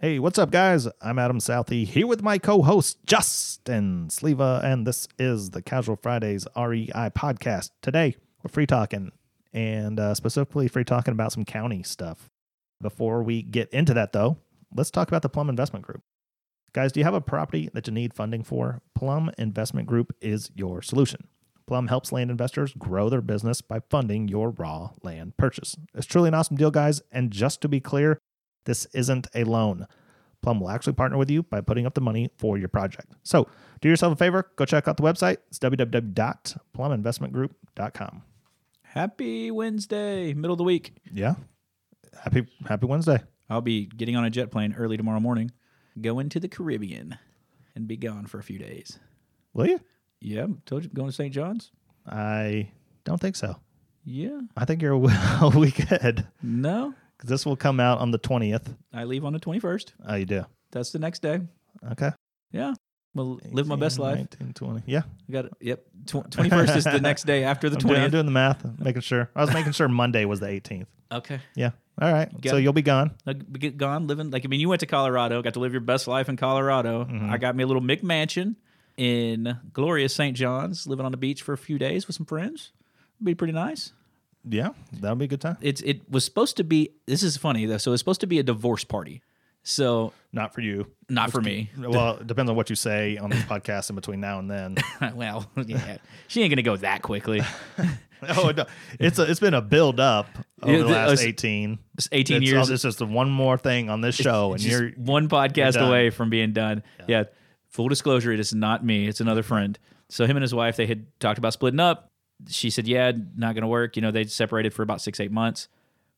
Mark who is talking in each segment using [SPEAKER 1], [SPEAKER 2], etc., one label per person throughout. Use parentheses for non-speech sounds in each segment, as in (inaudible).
[SPEAKER 1] Hey, what's up, guys? I'm Adam Southey here with my co host, Justin Sleva, and this is the Casual Fridays REI podcast. Today, we're free talking and uh, specifically free talking about some county stuff. Before we get into that, though, let's talk about the Plum Investment Group. Guys, do you have a property that you need funding for? Plum Investment Group is your solution. Plum helps land investors grow their business by funding your raw land purchase. It's truly an awesome deal, guys. And just to be clear, this isn't a loan. Plum will actually partner with you by putting up the money for your project. So do yourself a favor, go check out the website. It's www.pluminvestmentgroup.com.
[SPEAKER 2] Happy Wednesday, middle of the week.
[SPEAKER 1] Yeah. Happy happy Wednesday.
[SPEAKER 2] I'll be getting on a jet plane early tomorrow morning, going to the Caribbean, and be gone for a few days.
[SPEAKER 1] Will you?
[SPEAKER 2] Yeah, told you going to St. John's.
[SPEAKER 1] I don't think so.
[SPEAKER 2] Yeah,
[SPEAKER 1] I think you're (laughs) a week ahead
[SPEAKER 2] no,
[SPEAKER 1] because this will come out on the 20th.
[SPEAKER 2] I leave on the twenty first.
[SPEAKER 1] Oh, you do?
[SPEAKER 2] That's the next day.
[SPEAKER 1] Okay.
[SPEAKER 2] Yeah, well, live my best
[SPEAKER 1] 18,
[SPEAKER 2] life.
[SPEAKER 1] 19, 20. Yeah.
[SPEAKER 2] I got yep. Twenty first is the next day after the
[SPEAKER 1] (laughs) I'm doing, I'm
[SPEAKER 2] twentieth.
[SPEAKER 1] doing the math, making sure. I was making sure Monday was the 18th.
[SPEAKER 2] Okay,
[SPEAKER 1] Yeah. All right.
[SPEAKER 2] Got
[SPEAKER 1] so
[SPEAKER 2] it.
[SPEAKER 1] you'll be gone.
[SPEAKER 2] like we get gone living like I mean you went to Colorado, got to live your best life in Colorado. I got me a little McMansion in glorious St. John's, living on the beach for a few days with some friends. It'd be pretty nice.
[SPEAKER 1] Yeah. That'll be a good time.
[SPEAKER 2] It's it was supposed to be this is funny though. So it's supposed to be a divorce party. So (laughs)
[SPEAKER 1] Not for you.
[SPEAKER 2] not for me.
[SPEAKER 1] (laughs) Well, it depends on what you say on this podcast in between now and
[SPEAKER 2] (laughs)
[SPEAKER 1] then. (laughs)
[SPEAKER 2] well, yeah. She ain't gonna go that quickly.
[SPEAKER 1] oh, no. it's a, it's been a build up over
[SPEAKER 2] Yeah,
[SPEAKER 1] the
[SPEAKER 2] the-
[SPEAKER 1] last
[SPEAKER 2] us-
[SPEAKER 1] eighteen.
[SPEAKER 2] It's 18
[SPEAKER 1] It's-
[SPEAKER 2] years.
[SPEAKER 1] It's just the one more thing on this show, and
[SPEAKER 2] It's
[SPEAKER 1] you're
[SPEAKER 2] just one podcast
[SPEAKER 1] done.
[SPEAKER 2] away from being done. Yeah. Full disclosure, it is not me. It's another friend. So him and his wife, they had talked about splitting up. She said, "Yeah, not gonna work." You know, they separated for about six, eight months.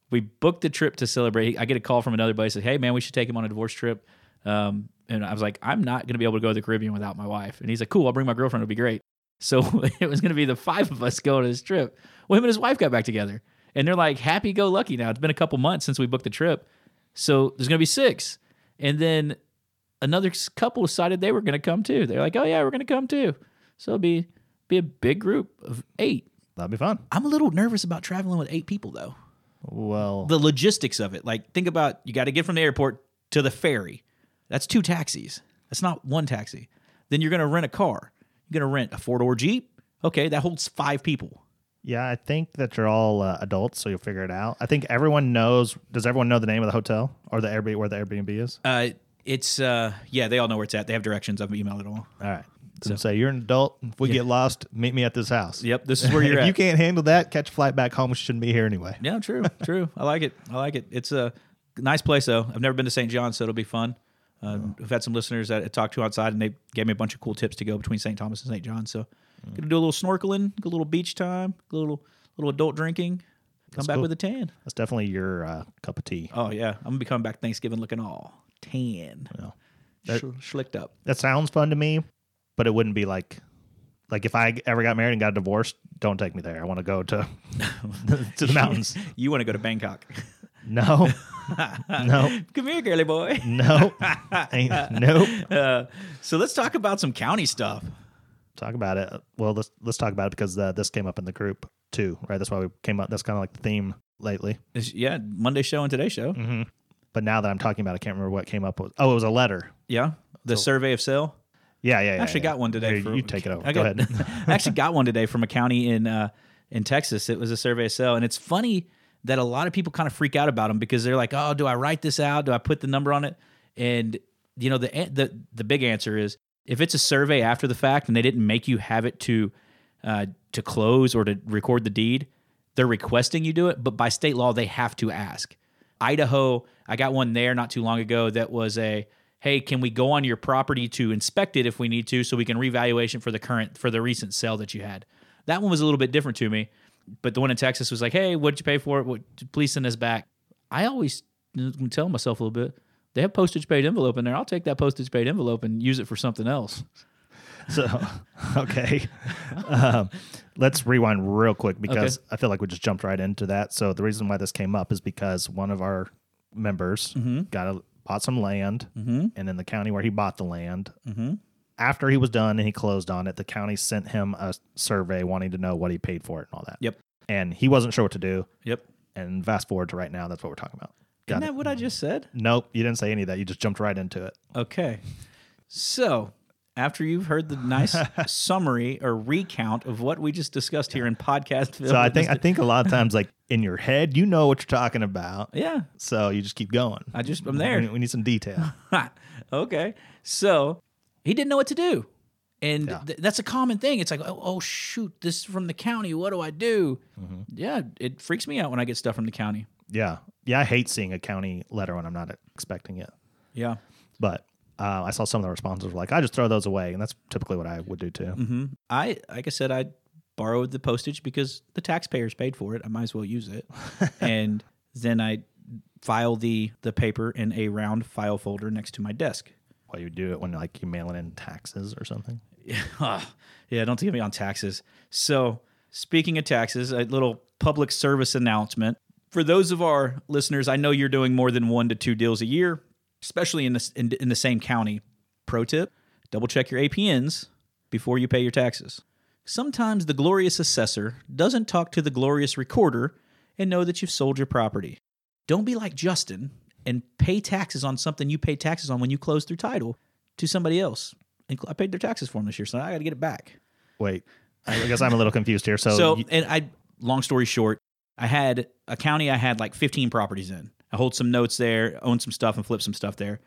[SPEAKER 2] We booked the trip to celebrate. I get a call from another buddy said, "Hey, man, we should take him on a divorce trip." Um, and I was like, "I'm not gonna be able to go to the Caribbean without my wife." And he's like, "Cool, I'll bring my girlfriend. It'll be great." So (laughs) it was gonna be the five of us going to this trip. Well, him and his wife got back together, and they're like happy go lucky now. It's been a couple months since we booked the trip. So there's going to be six. And then another s- couple decided they were going to come too. They're like, oh, yeah, we're going to come too. So it'll be, be a big group of eight.
[SPEAKER 1] that'll be fun.
[SPEAKER 2] I'm a little nervous about traveling with eight people though.
[SPEAKER 1] Well,
[SPEAKER 2] The logistics of it. Like, think about you got to get from the airport to the ferry. That's two taxis. That's not one taxi. Then you're going to rent a car. You're going to rent a four door Jeep. Okay, that holds five people.
[SPEAKER 1] yeah, I think that you're all uh, adults, so you'll figure it out. I think everyone knows. Does everyone know the name of the hotel or the Airbnb where the Airbnb is?
[SPEAKER 2] Uh, it's, uh, yeah, they all know where it's at. They have directions. I've emailed it all.
[SPEAKER 1] All right. So, say you're an adult. If we get lost, meet me at this house.
[SPEAKER 2] Yep, this is (laughs) where you're
[SPEAKER 1] if
[SPEAKER 2] at.
[SPEAKER 1] you can't handle that, catch a flight back home. You shouldn't be here anyway.
[SPEAKER 2] Yeah, true, true. I like it. I like it. It's a nice place though. I've never been to St. John, so it'll be fun. Uh, I've had some listeners that I talked to outside, and they gave me a bunch of cool tips to go between St. Thomas and St. John. So,
[SPEAKER 1] Mm.
[SPEAKER 2] gonna do a little snorkeling, a little beach time, a little little adult drinking, come back
[SPEAKER 1] cool.
[SPEAKER 2] with a tan.
[SPEAKER 1] That's definitely your uh, cup of tea.
[SPEAKER 2] Oh yeah, I'm gonna be coming back Thanksgiving looking all tan, Sh- schlicked up.
[SPEAKER 1] that sounds fun to me, but it wouldn't be like like if I ever got married and got divorced, don't take me there. I want to go to (laughs) to the mountains.
[SPEAKER 2] You want to go to Bangkok?
[SPEAKER 1] No. (laughs) no.
[SPEAKER 2] (laughs) come here, girly boy.
[SPEAKER 1] No. Ain't, nope.
[SPEAKER 2] (laughs) Uh, so let's talk about some county stuff.
[SPEAKER 1] Talk about it. Well, let's let's talk about it because uh, this came up in the group too, right? That's why we came up. That's kind of like the theme lately.
[SPEAKER 2] It's- yeah, Monday show and today's show.
[SPEAKER 1] Mm-hmm. But now that I'm talking about, it, I can't remember what came up. With. Oh, it was a letter.
[SPEAKER 2] Yeah, the survey of sale.
[SPEAKER 1] Yeah, yeah. yeah
[SPEAKER 2] I actually
[SPEAKER 1] yeah.
[SPEAKER 2] got one today.
[SPEAKER 1] Here,
[SPEAKER 2] for-
[SPEAKER 1] you take it over.
[SPEAKER 2] I
[SPEAKER 1] Go
[SPEAKER 2] got-
[SPEAKER 1] ahead.
[SPEAKER 2] (laughs) I actually got one today from a county in uh, in Texas. It was a survey of sale, and it's funny that a lot of people kind of freak out about them because they're like, "Oh, do I write this out? Do I put the number on it?" And you know, the an- the the big answer is if it's a survey after the fact and they didn't make you have it to uh, to close or to record the deed, they're requesting you do it, but by state law they have to ask. Idaho, I got one there not too long ago that was a hey, can we go on your property to inspect it if we need to so we can revaluation for the current for the recent sale that you had. That one was a little bit different to me, but the one in Texas was like, "Hey, what did you pay for it? What, please send us back." I always tell myself a little bit. They have postage paid envelope in there. I'll take that postage paid envelope and use it for something else.
[SPEAKER 1] So, (laughs) okay. Um, let's rewind real quick because I feel like we just jumped right into that. So, the reason why this came up is because one of our members got a, bought some land, and in the county where he bought the land, after he was done and he closed on it, the county sent him a survey wanting to know what he paid for it and all that.
[SPEAKER 2] Yep.
[SPEAKER 1] And he wasn't sure what to do.
[SPEAKER 2] Yep.
[SPEAKER 1] And fast forward to right now, that's what we're talking about. Got
[SPEAKER 2] Isn't
[SPEAKER 1] it.
[SPEAKER 2] that what I just said?
[SPEAKER 1] Nope, you didn't say any of that. You just jumped right into it.
[SPEAKER 2] Okay. So, after you've heard
[SPEAKER 1] (laughs)
[SPEAKER 2] the nice summary or recount of what we just discussed here in podcast,
[SPEAKER 1] So I think I think a lot of times, like in your head, you know what you're talking about.
[SPEAKER 2] yeah,
[SPEAKER 1] So you just keep going.
[SPEAKER 2] I just I'm
[SPEAKER 1] We
[SPEAKER 2] there.
[SPEAKER 1] need, we need some
[SPEAKER 2] (laughs)
[SPEAKER 1] detail.
[SPEAKER 2] okay. So he didn't know what to do. And
[SPEAKER 1] Yeah.
[SPEAKER 2] th- that's a common thing. It's like, oh, oh, shoot, this is from the county. What do I do?
[SPEAKER 1] Mm-hmm.
[SPEAKER 2] Yeah, it freaks me out when I get stuff from the county.
[SPEAKER 1] yeah, yeah. I hate seeing a county letter when I'm not expecting it.
[SPEAKER 2] Yeah.
[SPEAKER 1] But uh, I saw some of the responses were like, "I just throw those away," and that's typically what I would do too.
[SPEAKER 2] hmm I, like I said, I borrowed the postage because the taxpayers paid for it. I might as well use it. and then I file the, the paper in a round file folder next to my desk.
[SPEAKER 1] Well, you do it when like you mailing in taxes or something.
[SPEAKER 2] (laughs) Ugh. Ah, yeah, don't get me on taxes. So, speaking of taxes, a little public service announcement. For those of our listeners, I know you're doing more than one to two deals a year, especially in the, in, in the same county. Pro tip double check your APNs before you pay your taxes. Sometimes the glorious assessor doesn't talk to the glorious recorder and know that you've sold your property. Don't be like Justin and pay taxes on something you paid taxes on when you closed through title to somebody else. And I paid their taxes for them this year, so I got to get it back.
[SPEAKER 1] Wait, I guess I'm a little confused here. So,
[SPEAKER 2] (laughs) So,
[SPEAKER 1] you-
[SPEAKER 2] and I, long story short, I had a county I had like 15 properties in. I hold some notes there, own some stuff, and flip some stuff there.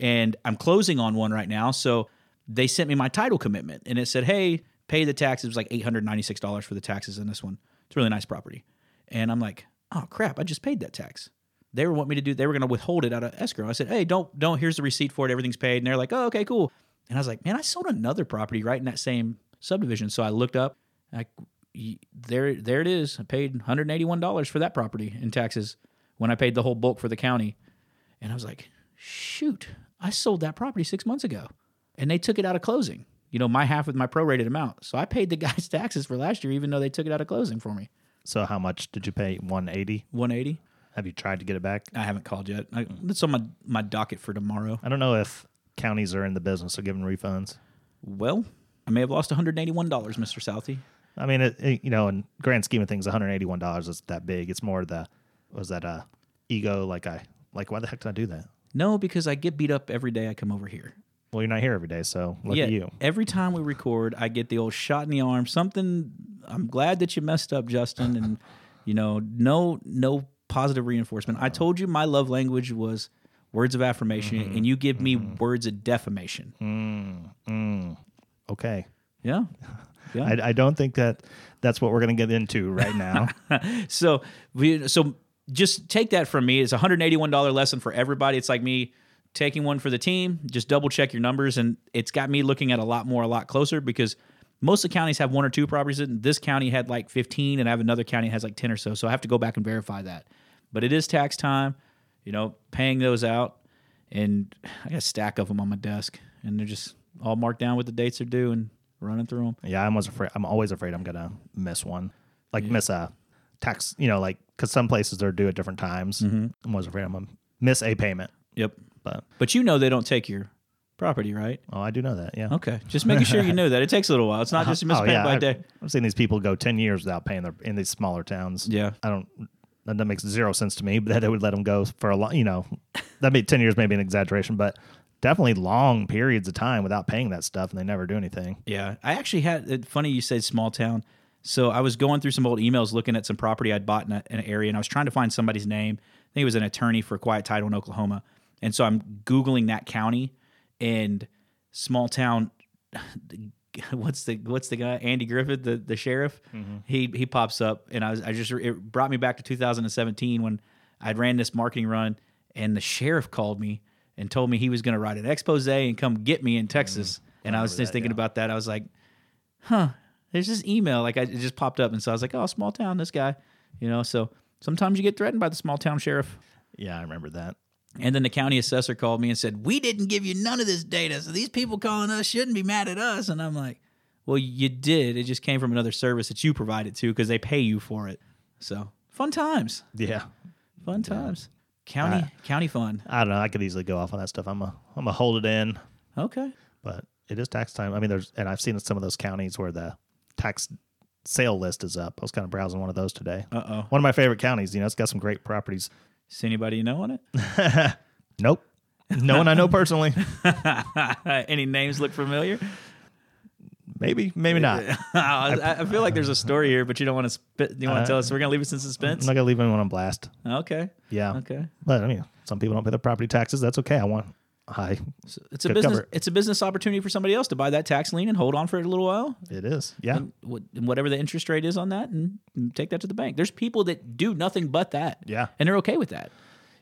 [SPEAKER 2] And I'm closing on one right now. So they sent me my title commitment and it said, hey, pay the taxes. It was like $896 for the taxes in this one. It's a really nice property. And I'm like, oh crap, I just paid that tax. They were wanting me to do, they were going to withhold it out of escrow. I said, hey, don't, don't, here's the receipt for it. Everything's paid. And they're like, oh, okay, cool. And I was like, man, I sold another property right in that same subdivision. So I looked up, like, y- there, there it is. I paid $181 for that property in taxes when I paid the whole bulk for the county. And I was like, shoot, I sold that property six months ago. And they took it out of closing, you know, my half of my prorated amount. So I paid the (laughs) guy's taxes for last year, even though they took it out of closing for me.
[SPEAKER 1] so how much did you pay? One eighty.
[SPEAKER 2] 180.
[SPEAKER 1] Have you tried to get it back?
[SPEAKER 2] I haven't called yet. I, it's on my, my docket for tomorrow.
[SPEAKER 1] I don't know if counties are in the business of giving refunds.
[SPEAKER 2] Well, I may have lost $181, Mr. Southey.
[SPEAKER 1] I mean, it, it- you know, in grand scheme of things, one hundred eighty-one dollars is that big. It's more the was that uh ego like I like why the heck did I do that?
[SPEAKER 2] No, because I get beat up every day I come over here.
[SPEAKER 1] Well, you're not here every day, so look at you.
[SPEAKER 2] Every time we record, I get the old shot in the arm. Something. I'm glad that you messed up, Justin, and you know, no, no positive reinforcement. I told you my love language was words of affirmation, and you give me words of defamation.
[SPEAKER 1] Mm, Okay,
[SPEAKER 2] Yeah. Yeah.
[SPEAKER 1] I, I don't think that that's what we're gonna get into right
[SPEAKER 2] (laughs)
[SPEAKER 1] now.
[SPEAKER 2] so we so just take that from me. It's a hundred eighty one dollar lesson for everybody. It's like me taking one for the team. Just double check your numbers, and it's got me looking at a lot more, a lot closer because most of the counties have one or two properties. In. This county had like fifteen, and I have another county that has like ten or so. So I have to go back and verify that. But it is tax time, you know, paying those out, and I got a stack of them on my desk, and they're just all marked down with the dates they're due and running through them.
[SPEAKER 1] yeah, I'm always afraid. I'm always afraid I'm gonna miss one, like miss a tax. You know, like because some places they're due at different times.
[SPEAKER 2] Mm-hmm.
[SPEAKER 1] I'm always afraid I'm gonna miss a payment.
[SPEAKER 2] Yep.
[SPEAKER 1] But
[SPEAKER 2] But you know they don't take your property, right?
[SPEAKER 1] oh, I do know that. Yeah.
[SPEAKER 2] Okay, just making sure you know that it takes a little while. It's not just
[SPEAKER 1] Oh,
[SPEAKER 2] a mispayment by
[SPEAKER 1] I've,
[SPEAKER 2] day.
[SPEAKER 1] I've seen these people go ten years without paying their in these smaller towns.
[SPEAKER 2] Yeah.
[SPEAKER 1] I don't. That that makes zero sense to me. (laughs) But that they would let them go for a lot. You know, that be ten years, maybe an exaggeration, but definitely long periods of time without paying that stuff, and they never do anything.
[SPEAKER 2] Yeah, I actually had. It, funny you said small town. So I was going through some old emails, looking at some property I'd bought in, a, in an area, and I was trying to find somebody's name. I think it was an attorney for quiet title in Oklahoma, and so I'm googling that county and small town. (sighs) What's the what's the guy Andy Griffith, the the sheriff? He he pops up, and I was I just it brought me back to 2017 when I'd ran this marketing run, and the sheriff called me and told me he was going to write an expose and come get me in Texas. and Mm-hmm. I was just thinking about that. I was like, huh, there's this email. Like, I, it just popped up. And so I was like, oh, small town, this guy, you know. So sometimes you get threatened by the small town sheriff.
[SPEAKER 1] Yeah, I remember that.
[SPEAKER 2] And then the county assessor called me and said, "We didn't give you none of this data, so these people calling us shouldn't be mad at us." And I'm like, "Well, you did. It just came from another service that you provided to because they pay you for it." So fun times,
[SPEAKER 1] Yeah. Ah.
[SPEAKER 2] fun times. County county fun.
[SPEAKER 1] I don't know. I could easily go off on that stuff. I'm a I'm a hold it in,
[SPEAKER 2] Okay.
[SPEAKER 1] but it is tax time. I mean, there's and I've seen in some of those counties where the tax sale list is up. I was kind of browsing one of those today.
[SPEAKER 2] Uh oh.
[SPEAKER 1] One of my favorite counties. You know, it's got some great properties.
[SPEAKER 2] Is anybody you know on it? (laughs)
[SPEAKER 1] Nope. No one I know personally.
[SPEAKER 2] Any names look familiar?
[SPEAKER 1] Maybe, maybe not. I'm
[SPEAKER 2] (laughs) I, I feel like there's a story here, but you don't want to. Spit, you want to
[SPEAKER 1] Uh,
[SPEAKER 2] tell us? We're gonna leave us in suspense.
[SPEAKER 1] not gonna leave anyone on blast.
[SPEAKER 2] Okay.
[SPEAKER 1] Yeah.
[SPEAKER 2] Okay.
[SPEAKER 1] But I mean, some people don't pay their property taxes. That's okay. I want high.
[SPEAKER 2] So it's a
[SPEAKER 1] Good
[SPEAKER 2] business.
[SPEAKER 1] cover.
[SPEAKER 2] It's a business opportunity for somebody else to buy that tax lien and hold on for it a little while,
[SPEAKER 1] It is. Yeah.
[SPEAKER 2] wh- and whatever the interest rate is on that, and, and take that to the bank. There's people that do nothing but that.
[SPEAKER 1] Yeah.
[SPEAKER 2] and they're okay with that.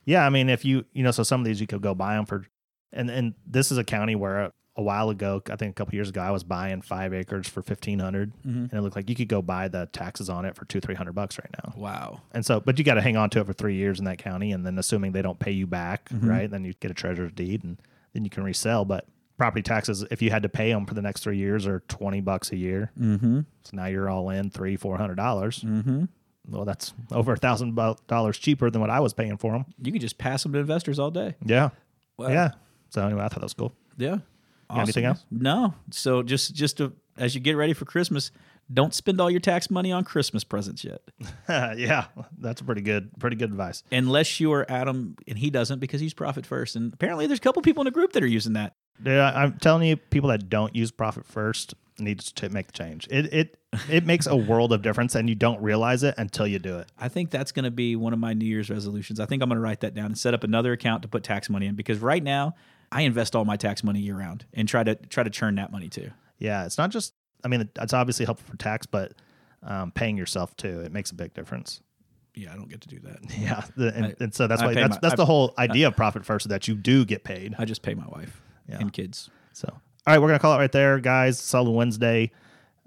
[SPEAKER 1] Yeah, I mean, if you you know, so some of these you could go buy them for, and and this is a county where a, a while ago, I think a couple years ago, I was buying five acres for fifteen and it looked like you could go buy the taxes on it for two three hundred bucks right now.
[SPEAKER 2] Wow.
[SPEAKER 1] And so, but you got to hang on to it for three years in that county, and then assuming they don't pay you back, right? Then you get a treasurer's deed, and then you can resell. But property taxes, if you had to pay them for the next three years, are twenty bucks a year. Mm-hmm. So now you're all in three four hundred dollars. Mm-hmm. Well, that's over a thousand dollars cheaper than what I was paying for them.
[SPEAKER 2] You can just pass them to investors all day.
[SPEAKER 1] Yeah. Yeah. So anyway, I thought that was cool.
[SPEAKER 2] Yeah.
[SPEAKER 1] got anything else?
[SPEAKER 2] No. So just just to, as you get ready for Christmas, don't spend all your tax money on Christmas
[SPEAKER 1] (laughs)
[SPEAKER 2] presents yet,
[SPEAKER 1] yeah, that's pretty good. Pretty good advice.
[SPEAKER 2] unless you are Adam and he doesn't because he's profit first. And apparently, there's a couple people in the group that are using that.
[SPEAKER 1] Dude, I, I'm telling you, people that don't use profit first need to make the change. It it it makes a world of difference, and you don't realize it until you do it.
[SPEAKER 2] I think that's going to be one of my New Year's resolutions. I think I'm going to write that down and set up another account to put tax money in because right now I invest all my tax money year round and try to try to churn that money too.
[SPEAKER 1] Yeah, it's not just. I mean, it's obviously helpful for tax, but um, paying yourself too, it makes a big difference.
[SPEAKER 2] Yeah, I don't get to do that.
[SPEAKER 1] (laughs) Yeah, the, and, and so that's
[SPEAKER 2] I
[SPEAKER 1] why
[SPEAKER 2] pay
[SPEAKER 1] that's
[SPEAKER 2] my-
[SPEAKER 1] that's
[SPEAKER 2] I-
[SPEAKER 1] the whole idea of profit first is that you do get paid.
[SPEAKER 2] I just pay my wife
[SPEAKER 1] Yeah.
[SPEAKER 2] and kids.
[SPEAKER 1] So, all right, we're going to call it right there, guys. Solid Wednesday.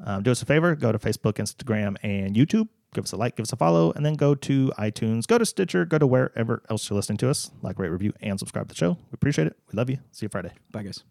[SPEAKER 1] Um, do us a favor go to Facebook, Instagram, and YouTube. Give us a like, give us a follow, and then go to iTunes, go to Stitcher, go to wherever else you're listening to us. Like, rate, review, and subscribe to the show. We appreciate it. We love you. See you Friday.
[SPEAKER 2] Bye, guys.